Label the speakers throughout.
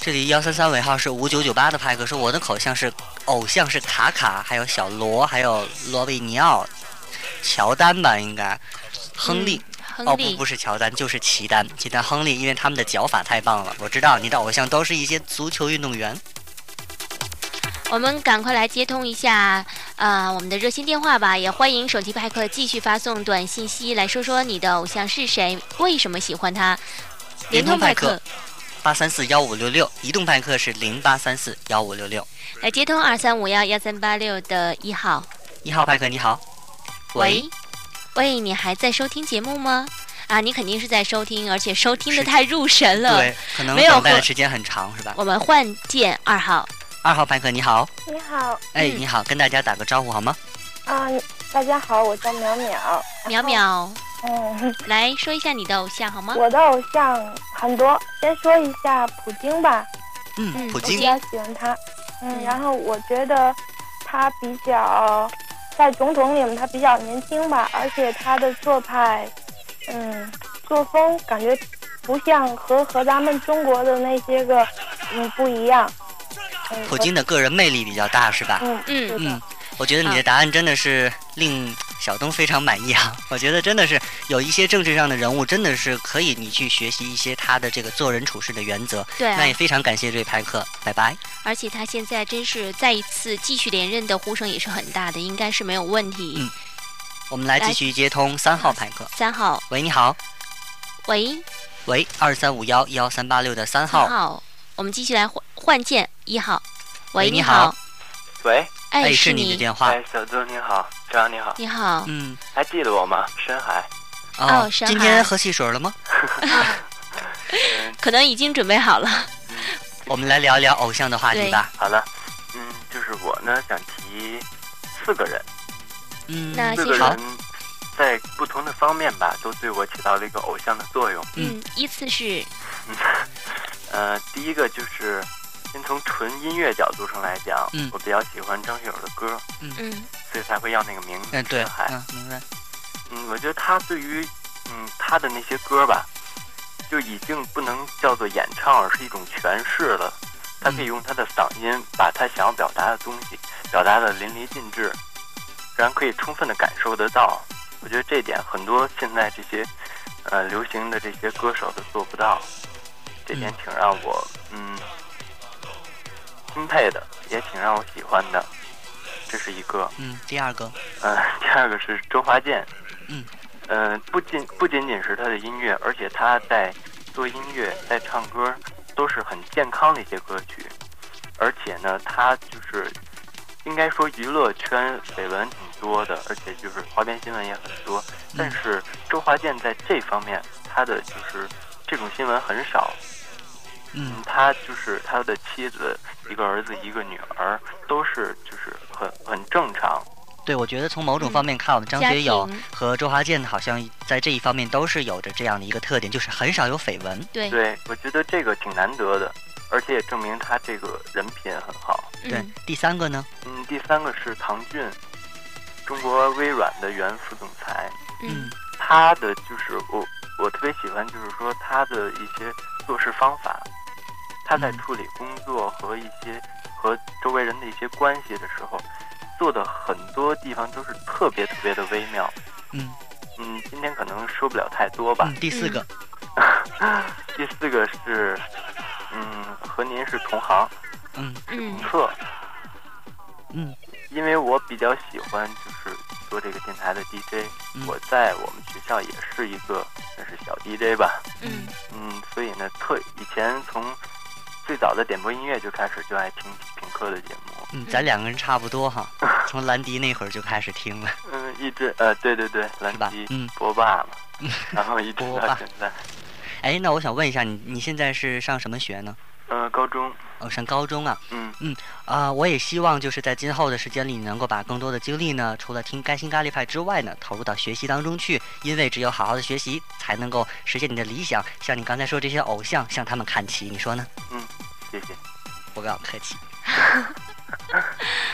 Speaker 1: 这里幺三三尾号是五九九八的派克说我的口像是偶像是卡卡，还有小罗，还有罗贝尼奥、乔丹吧，应该亨利。
Speaker 2: 嗯亨
Speaker 1: 哦，不
Speaker 2: 利，
Speaker 1: 不是乔丹，就是齐丹，齐丹、亨利，因为他们的脚法太棒了。我知道你的偶像都是一些足球运动员。
Speaker 2: 我们赶快来接通一下，呃，我们的热线电话吧。也欢迎手机派克继续发送短信息来说说你的偶像是谁，为什么喜欢他。
Speaker 1: 联
Speaker 2: 联
Speaker 1: 通
Speaker 2: 通
Speaker 1: 派
Speaker 2: 派
Speaker 1: 克
Speaker 2: 克
Speaker 1: 八三四幺五六六，移动派克是零八三四幺五六六。
Speaker 2: 来接通二三五幺幺三八六的一号。
Speaker 1: 一号派克你好，
Speaker 2: 喂，喂，你还在收听节目吗？啊，你肯定是在收听，而且收听的
Speaker 1: 是
Speaker 2: 太入神了。
Speaker 1: 对，可能
Speaker 2: 没有
Speaker 1: 等待的
Speaker 2: 和
Speaker 1: 时间很长是吧？
Speaker 2: 我们换件二号，
Speaker 1: 二号派克你好，
Speaker 3: 你好，
Speaker 1: 哎
Speaker 2: 嗯
Speaker 1: 你好，跟大家打个招呼好吗？
Speaker 3: 啊、大家好，我叫淼淼。
Speaker 2: 淼啊淼，
Speaker 3: 嗯，
Speaker 2: 来说一下你的偶像好吗？
Speaker 3: 我的偶像很多，先说一下普京吧，
Speaker 1: 嗯，
Speaker 2: 嗯
Speaker 1: 普
Speaker 3: 我
Speaker 1: 京
Speaker 3: 比，较喜欢他。嗯，
Speaker 2: 嗯
Speaker 3: 然后我觉得他比较在总统里面他比较年轻吧，而且他的做派，嗯，作风感觉不像和和咱们中国的那些个嗯不一样。嗯，
Speaker 1: 普京的个人魅力比较大是吧？
Speaker 3: 嗯
Speaker 2: 嗯，啊
Speaker 1: 嗯，我觉得你的答案真的是令小东非常满意啊！ 我觉得真的是有一些政治上的人物，真的是可以你去学习一些他的这个做人处事的原则。
Speaker 2: 对啊
Speaker 1: 那，也非常感谢这位派克，拜拜。
Speaker 2: 而且他现在真是再一次继续连任的呼声也是很大的，应该是没有问
Speaker 1: 嗯
Speaker 2: 题。
Speaker 1: 我们来继
Speaker 2: 来
Speaker 1: 续接通三号派克，
Speaker 2: 三号，
Speaker 1: 喂，你好，
Speaker 2: 喂，
Speaker 1: 喂，二三五幺幺三八六的三
Speaker 2: 三
Speaker 1: 号，
Speaker 2: 号，我们继续来换换件一号，
Speaker 1: 喂
Speaker 2: 喂，
Speaker 1: 你好
Speaker 2: 好，
Speaker 4: 喂，
Speaker 2: 哎，
Speaker 1: 是
Speaker 2: 是
Speaker 1: 你的
Speaker 2: 你，
Speaker 1: 电话，
Speaker 4: 哎，小周你好，张扬你好，
Speaker 2: 你好，
Speaker 1: 嗯，
Speaker 4: 还记得我吗？深海，
Speaker 1: 哦，
Speaker 2: 哦沈
Speaker 1: 今天
Speaker 2: 海
Speaker 1: 喝汽水了吗？
Speaker 2: 可能已经准备好了，
Speaker 1: 我们来聊一聊偶像的话题
Speaker 2: 对
Speaker 1: 吧，
Speaker 4: 好了，嗯，就是我呢想提四个人，
Speaker 1: 嗯，
Speaker 2: 那
Speaker 4: 四
Speaker 2: 先
Speaker 4: 个
Speaker 1: 好
Speaker 4: 人，在不同的方面吧，都对我起到了一个偶像的作用。
Speaker 1: 嗯
Speaker 2: 嗯，依次是，
Speaker 4: 呃，第一个就是先从纯音乐角度上来讲，
Speaker 1: 嗯
Speaker 4: 我比较喜欢张学友的歌，
Speaker 2: 嗯
Speaker 4: 所以才会要那个名字。
Speaker 1: 嗯，对
Speaker 4: 深，海，
Speaker 1: 嗯，明白，
Speaker 4: 嗯，我觉得他对于嗯他的那些歌吧，就已经不能叫做演唱，而是一种诠释了。他可以用他的嗓音把他想要表达的东西表达的淋漓尽致，然后可以充分的感受得到。我觉得这一点很多现在这些呃流行的这些歌手都做不到，这点挺让我嗯钦佩的，也挺让我喜欢的。这是一个。
Speaker 1: 嗯，第二个，
Speaker 4: 嗯，第二个是周华健。
Speaker 1: 嗯。
Speaker 4: 呃，不仅不仅仅是他的音乐，而且他在做音乐、在唱歌，都是很健康的一些歌曲。而且呢，他就是应该说娱乐圈绯闻挺多的，而且就是花边新闻也很多。但是周华健在这方面，他的就是这种新闻很少。
Speaker 1: 嗯，
Speaker 4: 他就是他的妻子、一个儿子、一个女儿，都是就是很很正常。
Speaker 1: 对，我觉得从某种
Speaker 2: 嗯
Speaker 1: 方面看，我们张
Speaker 2: 家
Speaker 1: 学友
Speaker 2: 庭
Speaker 1: 和周华健好像在这一方面都是有着这样的一个特点，就是很少有绯闻。
Speaker 2: 对，
Speaker 4: 对，我觉得这个挺难得的，而且也证明他这个人品很好。
Speaker 1: 对
Speaker 2: 嗯，，
Speaker 1: 第三个呢？
Speaker 4: 嗯，第三个是唐骏，中国微软的原副总裁，
Speaker 2: 嗯
Speaker 4: 他的就是我我特别喜欢，就是说他的一些做事方法，他在
Speaker 1: 嗯
Speaker 4: 处理工作和一些和周围人的一些关系的时候，做的很多地方都是特别特别的微妙。
Speaker 1: 嗯
Speaker 4: 嗯，今天可能说不了太多吧。
Speaker 1: 嗯，第四个，
Speaker 4: 第四个是，嗯，和您是同行，
Speaker 1: 嗯
Speaker 2: 嗯
Speaker 4: 评测。
Speaker 1: 嗯，
Speaker 4: 因为我比较喜欢就是做这个电台的 DJ，、
Speaker 1: 嗯
Speaker 4: 我在我们学校也是一个算是小 DJ 吧，
Speaker 2: 嗯
Speaker 4: 嗯，所以呢，特以前从最早的点播音乐就开始就爱听品客的节目，
Speaker 1: 嗯，咱两个人差不多哈，从兰迪那会儿就开始听了，
Speaker 4: 嗯，一直呃，对对对，
Speaker 1: 是
Speaker 4: 蓝
Speaker 1: 吧
Speaker 4: 迪？
Speaker 1: 嗯，
Speaker 4: 波霸嘛， 然后一直
Speaker 1: 波霸
Speaker 4: 到现在，
Speaker 1: 哎，那我想问一下你，你现在是上什么学呢？
Speaker 4: 嗯、高中，
Speaker 1: 哦，上高中啊，
Speaker 4: 嗯
Speaker 1: 啊、我也希望就是在今后的时间里，你能够把更多的精力呢，除了听该心咖喱派之外呢，投入到学习当中去，因为只有好好的学习，才能够实现你的理想。像你刚才说这些偶像，向他们看齐，你说呢？
Speaker 4: 嗯，谢谢。
Speaker 1: 不要客气。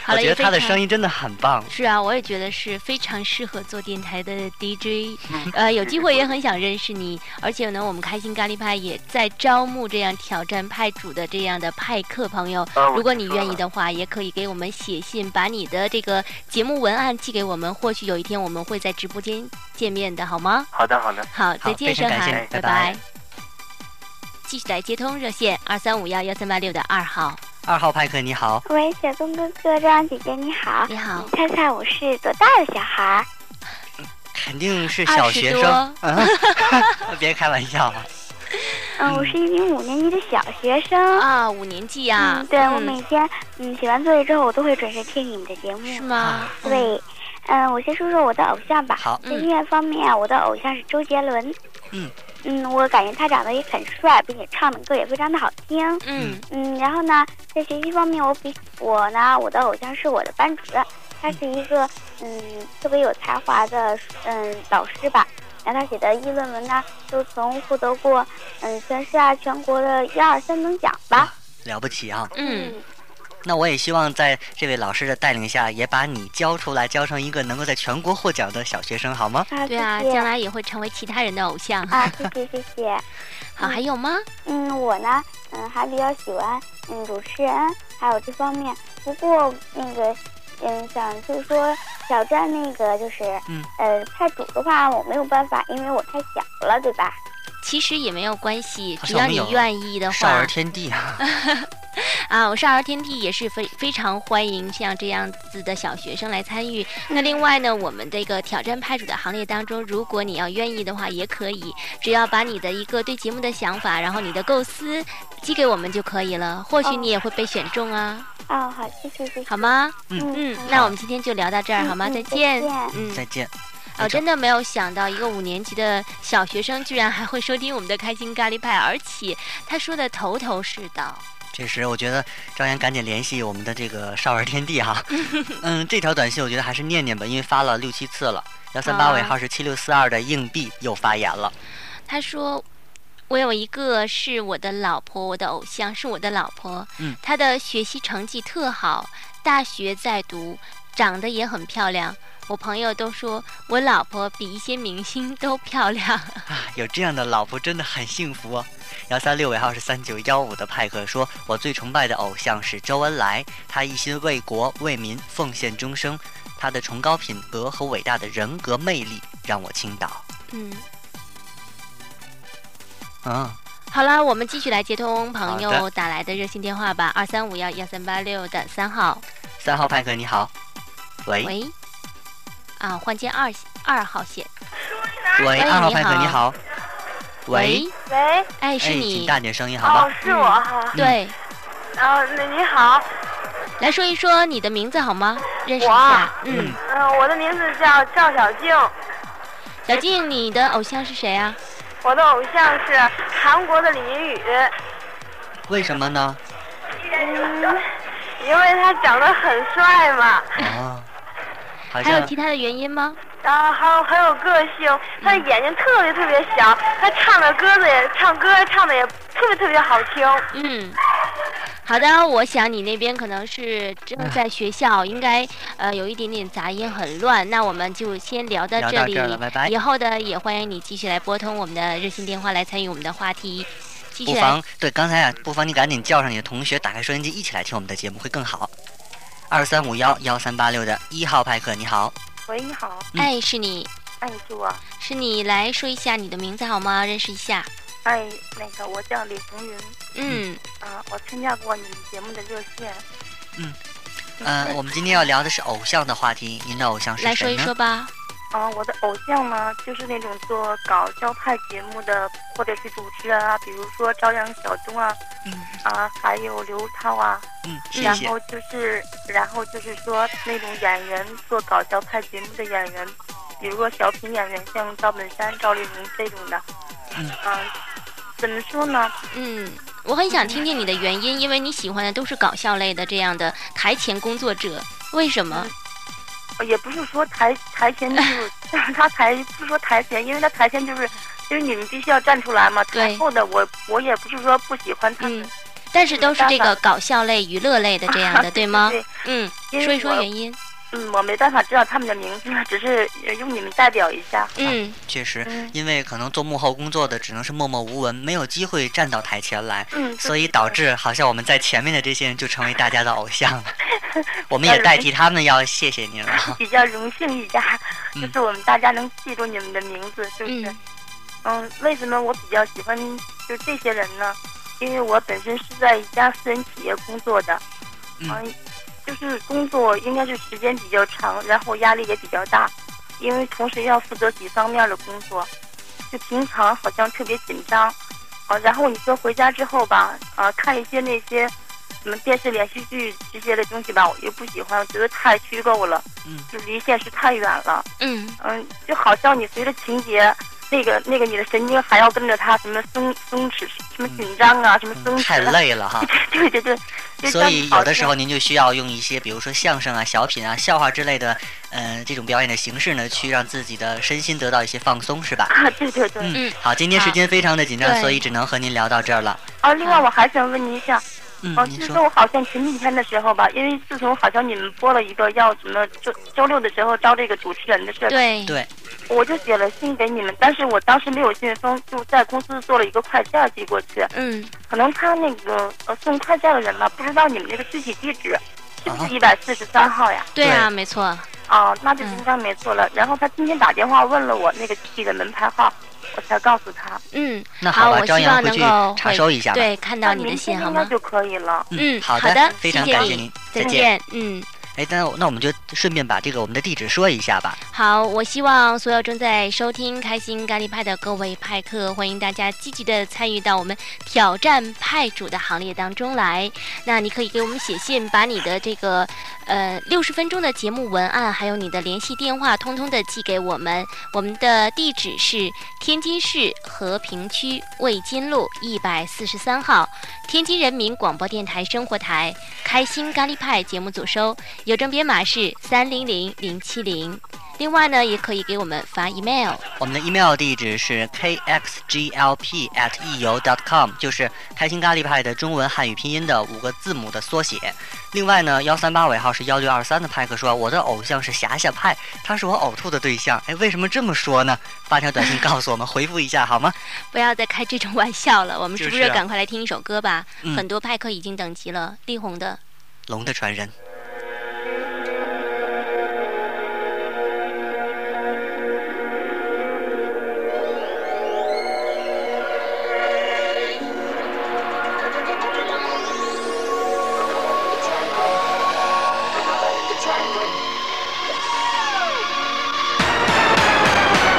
Speaker 2: 好
Speaker 1: 我
Speaker 2: 了，
Speaker 1: 觉得
Speaker 2: 也非
Speaker 1: 他的
Speaker 2: 常
Speaker 1: 声音真的很棒。
Speaker 2: 是啊，我也觉得是非常适合做电台的 DJ，
Speaker 4: 嗯
Speaker 2: 呃，有机会也很想认识你。而且呢，我们开心咖喱派也在招募这样挑战派主的这样的派克朋友。
Speaker 4: 啊我
Speaker 2: 如果你
Speaker 4: 听说
Speaker 2: 愿意
Speaker 4: 了
Speaker 2: 的话，也可以给我们写信，把你的这个节目文案寄给我们。或许有一天我们会在直播间见面的，好吗？
Speaker 4: 好的好的，
Speaker 2: 好，
Speaker 1: 好
Speaker 2: 再见，
Speaker 1: 非常
Speaker 2: 深
Speaker 1: 感谢
Speaker 2: 海，
Speaker 1: 拜
Speaker 2: 拜
Speaker 1: 拜。
Speaker 2: 继续来接通热线二三五幺幺三八六的二号，
Speaker 1: 二号派克你好，
Speaker 5: 喂，小东哥哥，张姐姐你好，
Speaker 2: 你好，
Speaker 5: 猜猜我是多大的小孩儿？
Speaker 1: 肯定是
Speaker 2: 二
Speaker 1: 小
Speaker 2: 十
Speaker 1: 学生，
Speaker 2: 多，
Speaker 1: 别开玩笑了。
Speaker 5: 嗯，我是一名五年级的小学生。
Speaker 2: 啊，五年级呀、
Speaker 5: 嗯，对，我
Speaker 2: 嗯
Speaker 5: 每天嗯写完作业之后，我都会准时听你们的节目。
Speaker 2: 是
Speaker 1: 啊
Speaker 2: 吗？嗯，
Speaker 5: 对，嗯，我先说说我的偶像吧。
Speaker 1: 好，
Speaker 5: 在音乐方面啊，我的偶像是周杰伦。
Speaker 1: 嗯。
Speaker 5: 嗯，我感觉他长得也很帅，并且唱的歌也非常的好听。
Speaker 2: 嗯
Speaker 5: 嗯，然后呢，在学习方面，我比我呢，我的偶像是我的班主任，他是一个嗯特别有才华的嗯老师吧。然后他写的议论文呢，都曾获得过嗯全市啊全国的一二三等奖吧。
Speaker 1: 了不起啊！
Speaker 2: 嗯，
Speaker 1: 那我也希望在这位老师的带领下，也把你教出来，教成一个能够在全国获奖的小学生，好吗？
Speaker 5: 啊，
Speaker 2: 对啊，
Speaker 5: 谢
Speaker 2: 将
Speaker 5: 谢。
Speaker 2: 来也会成为其他人的偶像。
Speaker 5: 啊，谢谢谢谢。
Speaker 2: 好，还有吗？
Speaker 5: 嗯，我呢，嗯，还比较喜欢嗯主持人，还有这方面。不过那个，嗯，想就是说挑战那个就是，
Speaker 1: 嗯
Speaker 5: 呃，派主的话我没有办法，因为我太小了，对吧？
Speaker 2: 其实也没有关系，
Speaker 1: 好
Speaker 2: 只
Speaker 1: 像
Speaker 2: 要
Speaker 1: 没
Speaker 2: 你
Speaker 1: 有
Speaker 2: 愿意的
Speaker 1: 少
Speaker 2: 话
Speaker 1: 儿，天地啊，
Speaker 2: 啊，我少儿天地也是非非常欢迎像这样子的小学生来参与。那另外呢，我们这个挑战派主的行列当中，如果你要愿意的话，也可以，只要把你的一个对节目的想法，然后你的构思寄给我们就可以了，或许你也会被选中啊，
Speaker 5: 哦，好，谢谢谢谢。
Speaker 2: 好吗？
Speaker 1: 嗯
Speaker 2: 嗯
Speaker 5: 好，
Speaker 2: 那我们今天就聊到这儿，
Speaker 5: 嗯
Speaker 2: 好吗？
Speaker 5: 嗯
Speaker 2: 再
Speaker 5: 再
Speaker 2: 见
Speaker 5: 见。
Speaker 2: 嗯，
Speaker 1: 再见。
Speaker 2: 哦，真的没有想到，一个五年级的小学生居然还会收听我们的开心咖喱派，而且他说的头头是道。
Speaker 1: 这时我觉得张岩赶紧联系我们的这个少儿天地 哈。嗯，这条短信我觉得还是念念吧，因为发了六七次了。幺三
Speaker 2: 啊
Speaker 1: 八尾号是七六四二的硬币又发言了，
Speaker 2: 他说：“我有一个是我的老婆，我的偶像是我的老婆。
Speaker 1: 嗯
Speaker 2: 她的学习成绩特好，大学在读，长得也很漂亮。我朋友都说我老婆比一些明星都漂亮。
Speaker 1: 有这样的老婆真的很幸福哦。幺三六尾号是三九幺五的派克说，我最崇拜的偶像是周恩来，他一心为国为民奉献终生，他的崇高品格和伟大的人格魅力让我倾倒。
Speaker 2: 嗯，
Speaker 1: 嗯，
Speaker 2: 好了，我们继续来接通朋
Speaker 1: 好
Speaker 2: 友打来的热线电话吧，二三五幺幺三八六的三号。
Speaker 1: 三号派克你好，喂
Speaker 2: 喂，啊，换接二二号线。
Speaker 1: 喂，
Speaker 2: 喂
Speaker 1: 二号
Speaker 2: 你
Speaker 1: 派克你
Speaker 2: 好
Speaker 1: 好，喂，
Speaker 3: 喂，
Speaker 2: 哎，是
Speaker 1: 哎，请嗯
Speaker 2: 你。
Speaker 1: 大点声音好吗？
Speaker 3: 哦，是我哈。
Speaker 2: 对，
Speaker 3: 啊，那你好，
Speaker 2: 来说一说你的名字好吗？认识一
Speaker 3: 我
Speaker 2: 下
Speaker 3: 啊。
Speaker 2: 嗯。
Speaker 3: 嗯、我的名字叫赵小静，
Speaker 2: 小静，你的偶像是谁啊？
Speaker 3: 我的偶像是韩国的李明宇，
Speaker 1: 为什么 呢？
Speaker 3: 嗯，因为他长得很帅嘛，
Speaker 1: 啊，好
Speaker 2: 还有
Speaker 1: 像
Speaker 2: 其他的原因吗？
Speaker 3: 然后还有啊很有个性，他的眼睛特别特别小，他唱的歌子也唱歌唱的也特别特别好听。
Speaker 2: 嗯，好的，我想你那边可能是正在学校，应该呃有一点点杂音，很乱。那我们就先聊到
Speaker 1: 聊
Speaker 2: 这
Speaker 1: 到
Speaker 2: 里，
Speaker 1: 这儿了拜拜
Speaker 2: 以后的也欢迎你继续来拨通我们的热线电话来参与我们的话题，继续
Speaker 1: 不
Speaker 2: 来。
Speaker 1: 妨对刚才啊，不妨你赶紧叫上你的同学，打开收音机一起来听我们的节目会更好。二三五幺幺三八六的一号派克，你好，
Speaker 3: 喂，你好，
Speaker 1: 嗯
Speaker 2: 哎，是你
Speaker 3: 哎，是我，
Speaker 2: 是你来说一下你的名字好吗？认识一下。
Speaker 3: 哎，那个我叫李红云，
Speaker 2: 嗯，
Speaker 3: 啊，我参加过你们节目的热线。
Speaker 1: 嗯。呃，我们今天要聊的是偶像的话题，您的偶像是
Speaker 2: 来说
Speaker 1: 谁
Speaker 2: 一
Speaker 1: 呢？
Speaker 2: 说吧。
Speaker 3: 啊、我的偶像呢，就是那种做搞笑派节目的，或者是主持人啊，比如说朝阳小东啊，
Speaker 1: 嗯
Speaker 3: 啊，还有刘涛啊，
Speaker 1: 嗯，谢
Speaker 3: 然
Speaker 1: 谢。
Speaker 3: 后就是，然后就是说那种演员做搞笑派节目的演员，比如说小品演员，像赵本山、赵丽蓉这种的，
Speaker 1: 嗯
Speaker 3: 啊怎么说呢？
Speaker 2: 嗯，我很想听听你的原因，因为你喜欢的都是搞笑类的这样的台前工作者，为什么？
Speaker 3: 也不是说台台 前就是， 他台不是说台前，因为他台前就是，因为你们必须要站出来嘛。
Speaker 2: 对
Speaker 3: 台后的我我也不是说不喜欢他们，
Speaker 2: 嗯，但是都是这个搞笑类、娱乐类的这样 的，对吗？
Speaker 6: 对，
Speaker 2: 嗯，
Speaker 6: 因为
Speaker 2: 说一说
Speaker 6: 我
Speaker 2: 原因。
Speaker 6: 嗯，我没办法知道他们的名字，只是呃用你们代表一下。
Speaker 2: 嗯，
Speaker 1: 确实，
Speaker 6: 嗯
Speaker 1: 因为可能做幕后工作的只能是默默无闻，没有机会站到台前来，
Speaker 6: 嗯，
Speaker 1: 所以导致好像我们在前面的这些人就成为大家的偶像 了。我们
Speaker 6: 当
Speaker 1: 也
Speaker 6: 然
Speaker 1: 代替他们要谢谢您了。
Speaker 6: 比较荣幸一下，
Speaker 1: 嗯
Speaker 6: 就是我们大家能记住你们的名字，是不是？
Speaker 2: 嗯
Speaker 6: 嗯，为什么我比较喜欢就这些人呢？因为我本身是在一家私人企业工作的，
Speaker 1: 嗯
Speaker 6: 就是工作应该是时间比较长，然后压力也比较大，因为同时要负责几方面的工作，就平常好像特别紧张，啊，然后你说回家之后吧，啊，看一些那些什么电视连续剧这些的东西吧，我又不喜欢，我觉得太虚构了，
Speaker 1: 嗯，
Speaker 6: 就离现实太远了。
Speaker 2: 嗯
Speaker 6: 嗯，就好像你随着情节，那个那个你的神经还要跟着它什么松松弛，什么紧张啊，什么松
Speaker 1: 嗯，太
Speaker 6: 弛啊，
Speaker 1: 累 了哈。
Speaker 6: 对对对，就
Speaker 1: 所
Speaker 6: 像
Speaker 1: 以
Speaker 6: 好
Speaker 1: 有的时
Speaker 6: 像
Speaker 1: 候您就需要用一些，比如说相声啊、小品啊、笑话之类的，嗯、这种表演的形式呢，去让自己的身心得到一些放松，是吧？
Speaker 6: 啊， 对对对。
Speaker 1: 嗯
Speaker 2: 嗯，
Speaker 1: 好，今天时间非常的紧张，
Speaker 2: 对
Speaker 1: 所以只能和您聊到这儿了。
Speaker 6: 啊，另外我还想问您一下，
Speaker 1: 嗯
Speaker 6: 哦，，
Speaker 1: 您
Speaker 6: 自
Speaker 1: 说，
Speaker 6: 从好像前几天的时候吧，因为自从好像你们播了一个要什么周周六的时候招这个主持人的事儿，
Speaker 2: 对
Speaker 1: 对，
Speaker 6: 我就写了信给你们，但是我当时没有信封，就在公司做了一个快件寄过去，
Speaker 2: 嗯
Speaker 6: 可能他那个呃送快件的人吧，不知道你们那个具体地址是不
Speaker 1: 啊
Speaker 6: 是一百四十三号呀？
Speaker 2: 对啊，
Speaker 1: 对
Speaker 2: 没错。
Speaker 6: 哦，那就应该没错了。然后他今天打电话问了我那个具体的门牌号，我才告诉他。
Speaker 2: 嗯，
Speaker 1: 那
Speaker 2: 好，
Speaker 1: 好吧，
Speaker 2: 我
Speaker 1: 张
Speaker 2: 希
Speaker 1: 扬
Speaker 2: 望
Speaker 1: 回
Speaker 2: 能
Speaker 1: 去
Speaker 2: 够
Speaker 1: 查
Speaker 2: 回
Speaker 1: 收一下吧。
Speaker 2: 对，看到你的
Speaker 6: 明
Speaker 2: 信
Speaker 6: 天
Speaker 2: 好
Speaker 6: 应该
Speaker 2: 吗？
Speaker 6: 就可以了。
Speaker 2: 嗯，
Speaker 1: 好
Speaker 2: 好的
Speaker 1: 非常
Speaker 2: 谢谢
Speaker 1: 感谢
Speaker 2: 你
Speaker 1: 您，
Speaker 2: 再
Speaker 1: 见。
Speaker 2: 见。嗯，
Speaker 1: 哎，那那我们就顺便把这个我们的地址说一下吧。
Speaker 2: 好，我希望所有正在收听《开心咖喱派》的各位派客，欢迎大家积极的参与到我们挑战派主的行列当中来。那你可以给我们写信，把你的这个呃六十分钟的节目文案，还有你的联系电话，通通的寄给我们。我们的地址是天津市和平区魏津路一百四十三号，天津人民广播电台生活台《开心咖喱派》节目组收，邮政编码是三零零零七零。另外呢，也可以给我们发 email。
Speaker 1: 我们的 email 地址是 kxglp at 易游 dot com，就是开心咖喱派的中文汉语拼音的五个字母的缩写。另外呢，幺三八尾号是幺六二三的派克说，我的偶像是霞霞派，他是我呕吐的对象。哎，为什么这么说呢？发条短信告诉我们，回复一下好吗？
Speaker 2: 不要再开这种玩笑 了，我们是不
Speaker 1: 就是是啊
Speaker 2: 赶快来听一首歌吧？
Speaker 1: 嗯
Speaker 2: 很多派克已经等急了，力宏的。
Speaker 1: 龙的传人。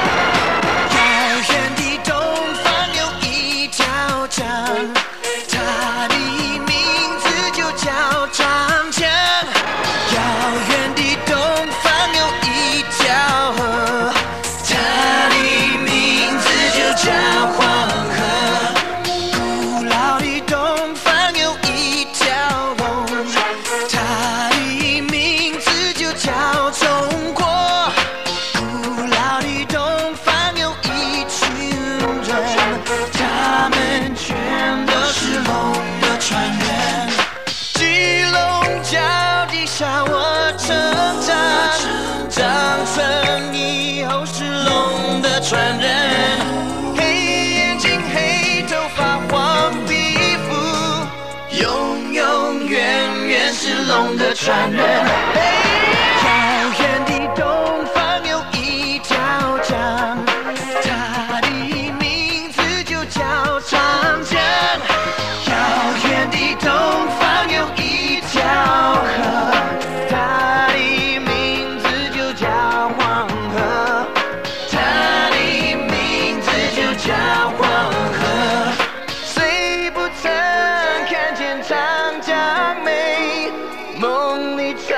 Speaker 7: 遥远的东方有一条江，它的名字就叫长江。遥远的东方有一条河，它的名字就叫黄河。古老的东方有一条龙，它的名字就叫中国。古老的东方有一群人，他们全都是龙的传人。基隆脚底下我成长，长成以后是龙的传人。黑眼睛，黑头发，黄皮肤，永永远远是龙的传人。遥远的东方有一条江，它的名字就叫长江。遥远的东方有一条河，它的名字就叫黄河，它的名字就叫黄河。谁不曾看见长江美？梦里长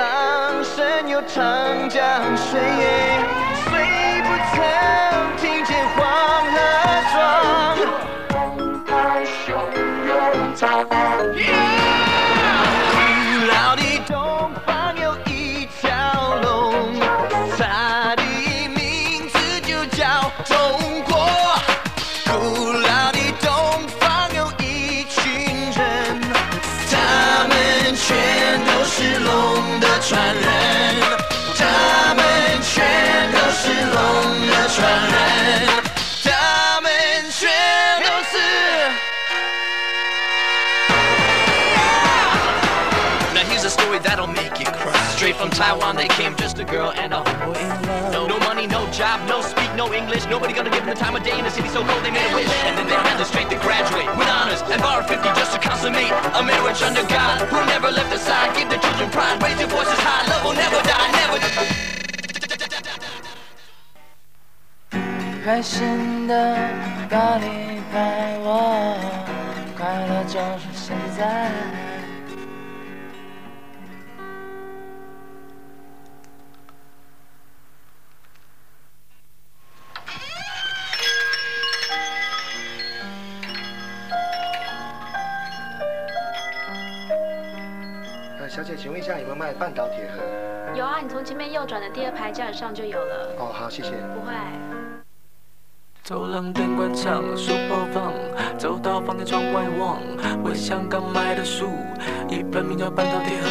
Speaker 7: 生有长江水。谁不曾听见黄河壮？风它汹涌在我古老的东方有一条龙，它的名字就叫中国。古老的东方有一群人，
Speaker 8: that'll make you cry. Straight from Taiwan, they came just a girl and a boy in love. No, no money, no job, no speak, no English. Nobody gonna give them the time of day in a city so cold they made a wish. And then they had the straight to graduate with honors and borrow 50 just to consummate a marriage under God who never left the side. Give the children pride, raise your voices high. Love will never die, never.
Speaker 9: 开心的高丽拍我，快乐就是现在。
Speaker 10: 呃，小姐，请问一下有没有卖半导体盒？
Speaker 11: 有啊，你从前面右转的第二排架子上就有了。
Speaker 10: 哦，好，谢谢。
Speaker 11: 不会。
Speaker 12: 走廊灯关上，书包放，走到房间窗外望，我像刚买的书，一本名叫《半岛铁盒》，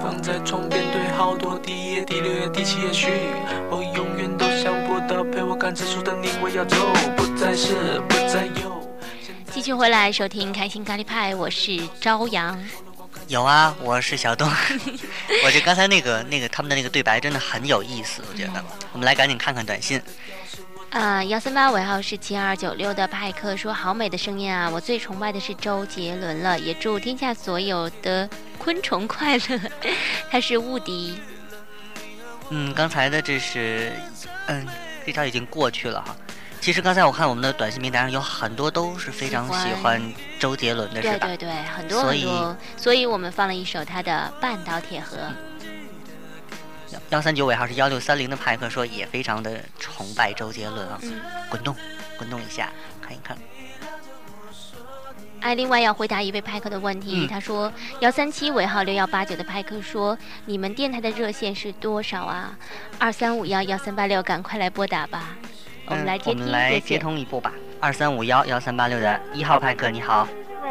Speaker 12: 放在床边堆好多，第一页、第六页、第七页序，我永远都想不到陪我看这书的你，我要走，不再是，不再有。
Speaker 2: 继续回来收听开心咖喱派，我是朝阳。
Speaker 1: 有啊，我是小东。 我觉得刚才那个那个他们的那个对白真的很有意思，我觉得。我们来赶紧看看短信。
Speaker 2: 啊，幺三八尾号是七二九六的派克说：“好美的声音啊！我最崇拜的是周杰伦了，也祝天下所有的昆虫快乐。” 他是雾迪，
Speaker 1: 嗯，刚才的这是，嗯，这条已经过去了哈。其实刚才我看我们的短信平台上有很多都是非常喜欢周杰伦的，是
Speaker 2: 对
Speaker 1: 吧？
Speaker 2: 对对，很多
Speaker 1: 所
Speaker 2: 很
Speaker 1: 以
Speaker 2: 多，所以我们放了一首他的《半岛铁盒》。
Speaker 1: 幺三九尾号是幺六三零的派克说也非常的崇拜周杰伦啊，
Speaker 2: 嗯
Speaker 1: 滚动，滚动一下，看一看。
Speaker 2: 哎，另外要回答一位派克的问题，
Speaker 1: 嗯
Speaker 2: 他说幺三七尾号六幺八九的派克说，你们电台的热线是多少啊？二三五幺幺三八六，赶快来拨打吧。我们
Speaker 1: 嗯
Speaker 2: 来接
Speaker 1: 我
Speaker 2: 听，
Speaker 1: 们来
Speaker 2: 谢
Speaker 1: 接
Speaker 2: 谢。
Speaker 1: 通一部吧。二三五幺幺三八六的一号派克，你好。
Speaker 5: 喂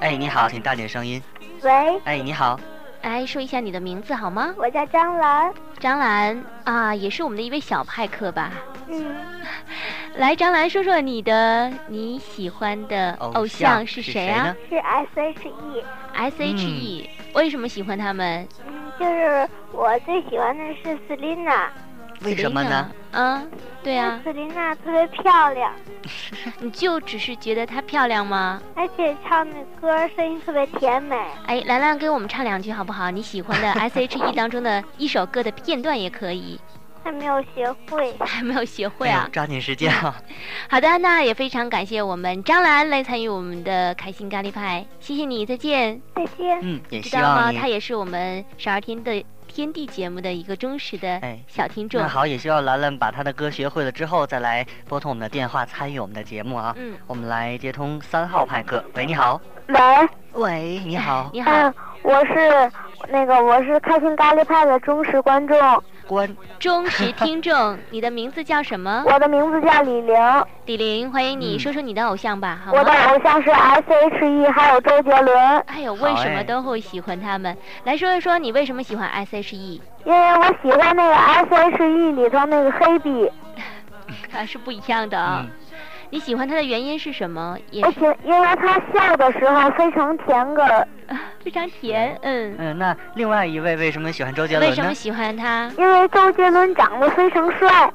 Speaker 1: 哎，你好，请大点声音。
Speaker 5: 喂，
Speaker 1: 哎，你好。
Speaker 2: 哎，说一下你的名字好吗？
Speaker 5: 我叫张兰，
Speaker 2: 张兰啊，也是我们的一位小派克吧？
Speaker 5: 嗯，
Speaker 2: 来，张兰说说你的你喜欢的偶像是谁啊
Speaker 5: 是 S H E，
Speaker 2: ？S H E，为
Speaker 1: 嗯
Speaker 2: 什么喜欢他们？
Speaker 5: 嗯，就是我最喜欢的是 Selina，
Speaker 1: 为什么呢？
Speaker 2: 嗯，对啊，
Speaker 5: ，Selina 特别漂亮，
Speaker 2: 你就只是觉得她漂亮吗？
Speaker 5: 而且唱的歌声音特别甜美。
Speaker 2: 哎，兰兰给我们唱两句好不好？你喜 欢的 S H E 当中的一首歌的片段也可以。
Speaker 5: 还没有学会。
Speaker 2: 还没有学会
Speaker 1: 哎呦
Speaker 2: 啊。
Speaker 1: 抓紧时间啊！
Speaker 2: 好的，那也非常感谢我们张兰来参与我们的开心咖喱派，谢谢你，再见。
Speaker 5: 再见。
Speaker 1: 嗯，也
Speaker 2: 知
Speaker 1: 希
Speaker 2: 道吗？
Speaker 1: 望
Speaker 2: 他
Speaker 1: 你。
Speaker 2: 也是我们十二天的天地节目的一个忠实的
Speaker 1: 哎
Speaker 2: 小听众。
Speaker 1: 那好，也希望兰兰把她的歌学会了之后，再来拨通我们的电话参与我们的节目啊。
Speaker 2: 嗯，
Speaker 1: 我们来接通三号派克。喂，你好。
Speaker 5: 喂，
Speaker 1: 喂，你好。
Speaker 2: 你好，
Speaker 5: 嗯，我是那个我是开心咖喱派的忠实观众，
Speaker 1: 嗯关
Speaker 2: 忠实听众，你的名字叫什么？
Speaker 5: 我的名字叫李玲，
Speaker 2: 李玲，欢迎
Speaker 1: 哎
Speaker 2: 你，
Speaker 1: 嗯
Speaker 2: 说说你的偶像吧，好
Speaker 5: 我的
Speaker 2: 吗？
Speaker 5: 偶像是 S.H.E，还有周杰伦，
Speaker 2: 哎呦，为什
Speaker 1: 好
Speaker 2: 么
Speaker 1: 哎
Speaker 2: 都会喜欢他们？来说一说你为什么喜欢 E？S.H.E
Speaker 5: 因为我喜欢那个 S.H.E 里头那个黑笔，
Speaker 2: 啊，是不一样的啊、
Speaker 1: 嗯
Speaker 2: 你喜欢他的原因是什么？也
Speaker 5: 而
Speaker 2: 是
Speaker 5: 且因为他笑的时候非常甜梗儿，
Speaker 2: 非常甜，嗯。
Speaker 1: 嗯，那另外一位为什么喜欢周杰
Speaker 2: 为
Speaker 1: 伦
Speaker 2: 什么
Speaker 1: 呢？
Speaker 2: 喜欢他
Speaker 5: 因为周杰伦长得非常帅。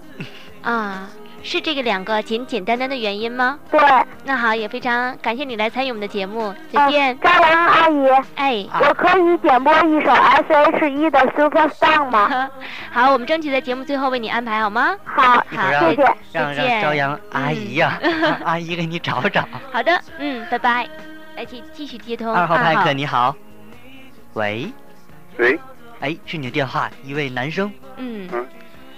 Speaker 2: 啊？是这个两个简简单单的原因吗？
Speaker 5: 对，
Speaker 2: 那好，也非常感谢你来参与我们的节目，再
Speaker 5: 嗯
Speaker 2: 见。
Speaker 5: 张兰阿姨，
Speaker 2: 哎，
Speaker 5: 我可以点播一首 S.H.E 的 Superstar 吗？
Speaker 2: 好，我们争取在节目最后为你安排好吗？
Speaker 5: 好，
Speaker 1: 一会儿
Speaker 2: 好
Speaker 1: 让
Speaker 5: 谢谢。
Speaker 1: 让
Speaker 2: 再见
Speaker 1: 让朝阳阿姨呀、让阿姨给你找找。
Speaker 2: 好的，嗯，拜拜。来，继继续接通啊
Speaker 1: 二号派克，你啊好。喂，
Speaker 4: 喂，
Speaker 1: 哎，是你的电话，一位男生。
Speaker 2: 嗯
Speaker 4: 嗯，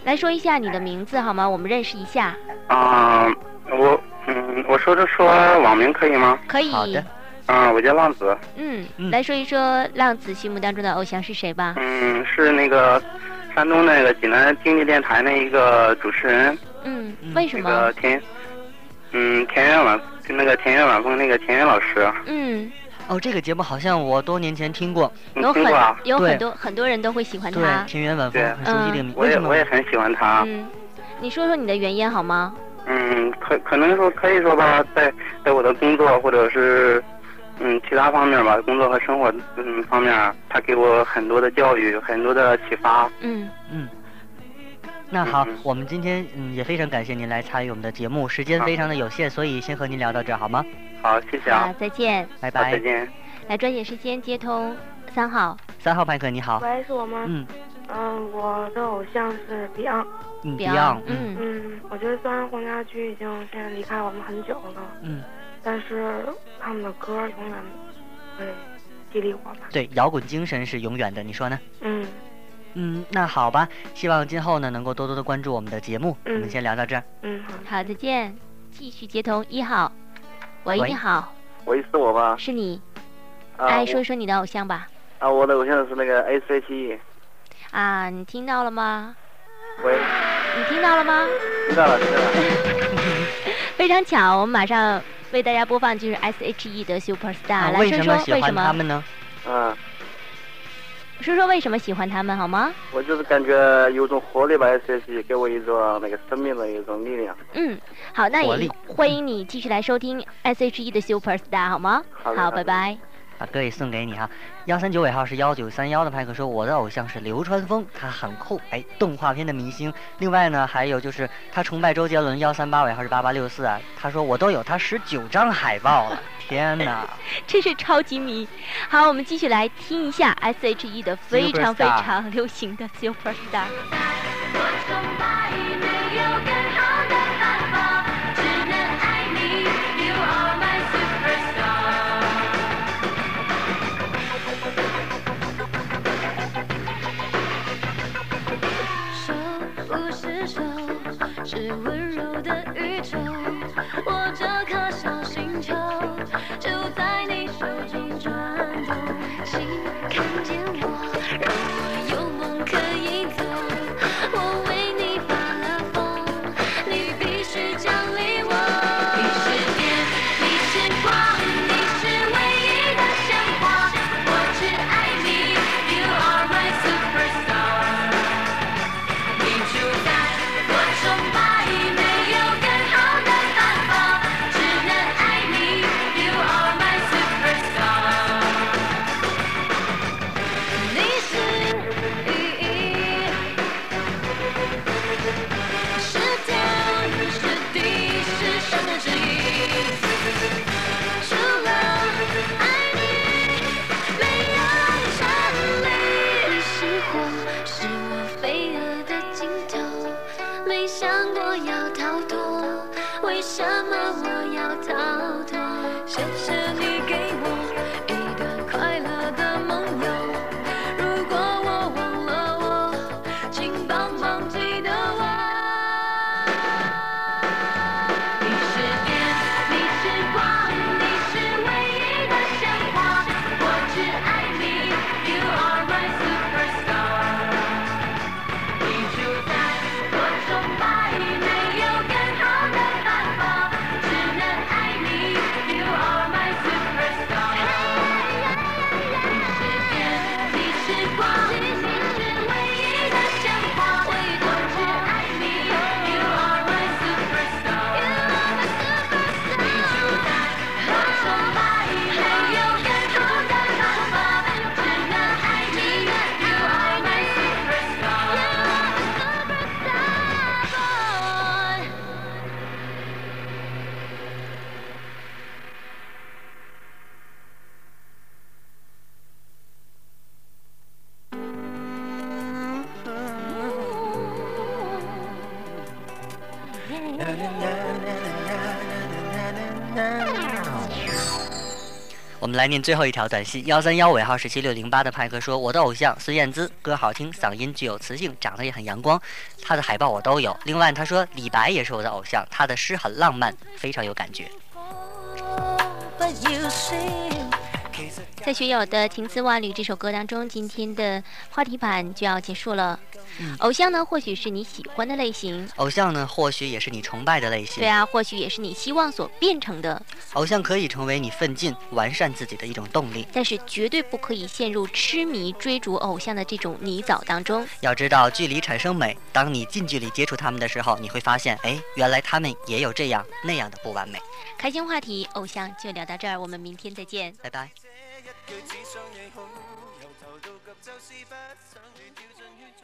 Speaker 2: 来说一下你的名字好吗？我们认识一下，
Speaker 4: 啊、我嗯，我说着说网名可以吗？
Speaker 2: 可以。
Speaker 1: 好的
Speaker 4: 啊、我叫浪子，
Speaker 2: 嗯，
Speaker 1: 嗯
Speaker 2: 来说一说浪子心目当中的偶像是谁吧？
Speaker 4: 嗯，是那个山东那个济南经济电台那一个主持人，
Speaker 2: 嗯，
Speaker 1: 嗯
Speaker 2: 为什么？
Speaker 4: 那个田，嗯，田园晚那个田园晚风那个田园老师，
Speaker 2: 嗯，
Speaker 1: 哦，这个节目好像我多年前听过。
Speaker 4: 你
Speaker 2: 有
Speaker 4: 听
Speaker 2: 很
Speaker 4: 过啊？
Speaker 2: 有
Speaker 1: 对
Speaker 2: 很多很多人都会喜欢
Speaker 1: 对，
Speaker 2: 他。
Speaker 1: 田园晚风
Speaker 4: 对嗯
Speaker 1: 很熟悉这个名。
Speaker 4: 我
Speaker 1: 为
Speaker 4: 也
Speaker 1: 什么
Speaker 4: 我也很喜欢他，
Speaker 2: 嗯，你说说你的原因好吗？
Speaker 4: 嗯，可可能说可以说吧，在在我的工作或者是
Speaker 13: 嗯，其他方面吧，工作和生活嗯方面，他给我很多的教育，很多的启发。
Speaker 2: 嗯
Speaker 1: 嗯。那好，我们今天嗯也非常感谢您来参与我们的节目，时间非常的有限，所以先和您聊到这儿好吗？
Speaker 13: 好，谢谢
Speaker 2: 好
Speaker 13: 啊，，
Speaker 2: 再见。
Speaker 1: 拜拜。
Speaker 13: 再见。
Speaker 2: 来，抓紧时间接通三号。
Speaker 1: 三号麦克你好，
Speaker 14: 喂，是我吗？
Speaker 1: 嗯。
Speaker 14: 嗯，我的偶像是 Beyond。
Speaker 1: 嗯 Beyond，Beyond，嗯
Speaker 14: 嗯，我觉得虽然黄家驹已经现在离开我们很久了，
Speaker 1: 嗯，
Speaker 14: 但是他们的歌永远会激励我吧。
Speaker 1: 对，摇滚精神是永远的，你说呢？
Speaker 14: 嗯
Speaker 1: 嗯，那好吧，希望今后呢能够多多的关注我们的节目。我们
Speaker 2: 嗯
Speaker 1: 先聊到这儿。
Speaker 14: 嗯，
Speaker 2: 好，再见。继续接通一号。喂，
Speaker 15: 喂
Speaker 2: 你好，
Speaker 15: 喂，是我吗？
Speaker 2: 是你。
Speaker 15: 啊
Speaker 2: 来
Speaker 15: 我
Speaker 2: 哎说说你的偶像吧。
Speaker 15: 啊，我的偶像是那个 S.H.E。
Speaker 2: 啊，你听到了吗？
Speaker 15: 喂，
Speaker 2: 你听到了吗？
Speaker 15: 知道了，知道了。
Speaker 2: 非常巧，我们马上为大家播放就是 S.H.E 的 Superstar，、来
Speaker 1: 啊为
Speaker 2: 说
Speaker 1: 什
Speaker 2: 说
Speaker 1: 么喜
Speaker 2: 为什
Speaker 1: 欢
Speaker 2: 么
Speaker 1: 他们呢？
Speaker 15: 嗯，
Speaker 2: 说说为什么喜欢他们好吗？
Speaker 15: 我就是感觉有种活力吧，S.H.E 给我一种那个生命的一种力量。
Speaker 2: 嗯，好，那
Speaker 15: 活
Speaker 2: 也
Speaker 15: 力
Speaker 2: 欢迎你继续来收听 S.H.E 的 Superstar 好吗？
Speaker 1: 好的好
Speaker 2: 拜
Speaker 1: 的
Speaker 2: 拜。
Speaker 1: 把歌也送给你哈。幺三九尾号是幺九三幺的派克说，我的偶像是流川枫，他很酷，哎，动画片的明星。另外呢，还有就是他崇拜周杰伦，幺三八尾号是八八六四啊。他说我都有他十九张海报了，天哪！
Speaker 2: 真是超级迷。好，我们继续来听一下 S.H.E 的非常
Speaker 1: Superstar
Speaker 2: 非常流行的 Superstar。
Speaker 6: 手不是手，是温柔的宇宙。我这颗小星球就在你手中转动，请看见我，让我有梦可以走。我为你发了疯，你必须奖励我。你是电，你是光，你是唯一的鲜花，我只爱你，You are my superstar。你就在我崇拜，没有更好的办法，只能爱你。You are my superstar。你是雨，是天，是地，是神的旨意。除了爱你，没有真理。你是火，是我飞蛾的尽头，没想过要逃脱，为什么我要逃脱？谢谢你给我一个快乐的梦游，如果我忘了我，请帮忙记得我。你是电，你是光，你是唯一的鲜花，我只爱你，You are my superstar。你就在我崇拜，没有更好的办法，只能爱你，You are my superstar。你是电，你是光，你是唯一的鲜花，我只爱你，You are my superstar。
Speaker 1: 我们来念最后一条短信，幺三幺尾号是七六零八的派克说，我的偶像孙燕姿，歌好听，嗓音具有磁性，长得也很阳光，她的海报我都有。另外他说李白也是我的偶像，他的诗很浪漫，非常有感觉。
Speaker 6: but you see, 'cause
Speaker 2: 在学友的《情丝万缕》这首歌当中，今天的话题版就要结束了。
Speaker 1: 嗯
Speaker 2: 偶像呢，或许是你喜欢的类型，
Speaker 1: 偶像呢，或许也是你崇拜的类型。
Speaker 2: 对啊，或许也是你希望所变成的，
Speaker 1: 偶像可以成为你奋进、完善自己的一种动力。
Speaker 2: 但是绝对不可以陷入痴迷追逐偶像的这种泥沼当中。
Speaker 1: 要知道，距离产生美。当你近距离接触他们的时候，你会发现，哎，原来他们也有这样那样的不完美。
Speaker 2: 开心话题，偶像就聊到这儿，我们明天再见，
Speaker 1: 拜拜。
Speaker 7: 一句只想你好，由头到脚就是不想你掉进圈。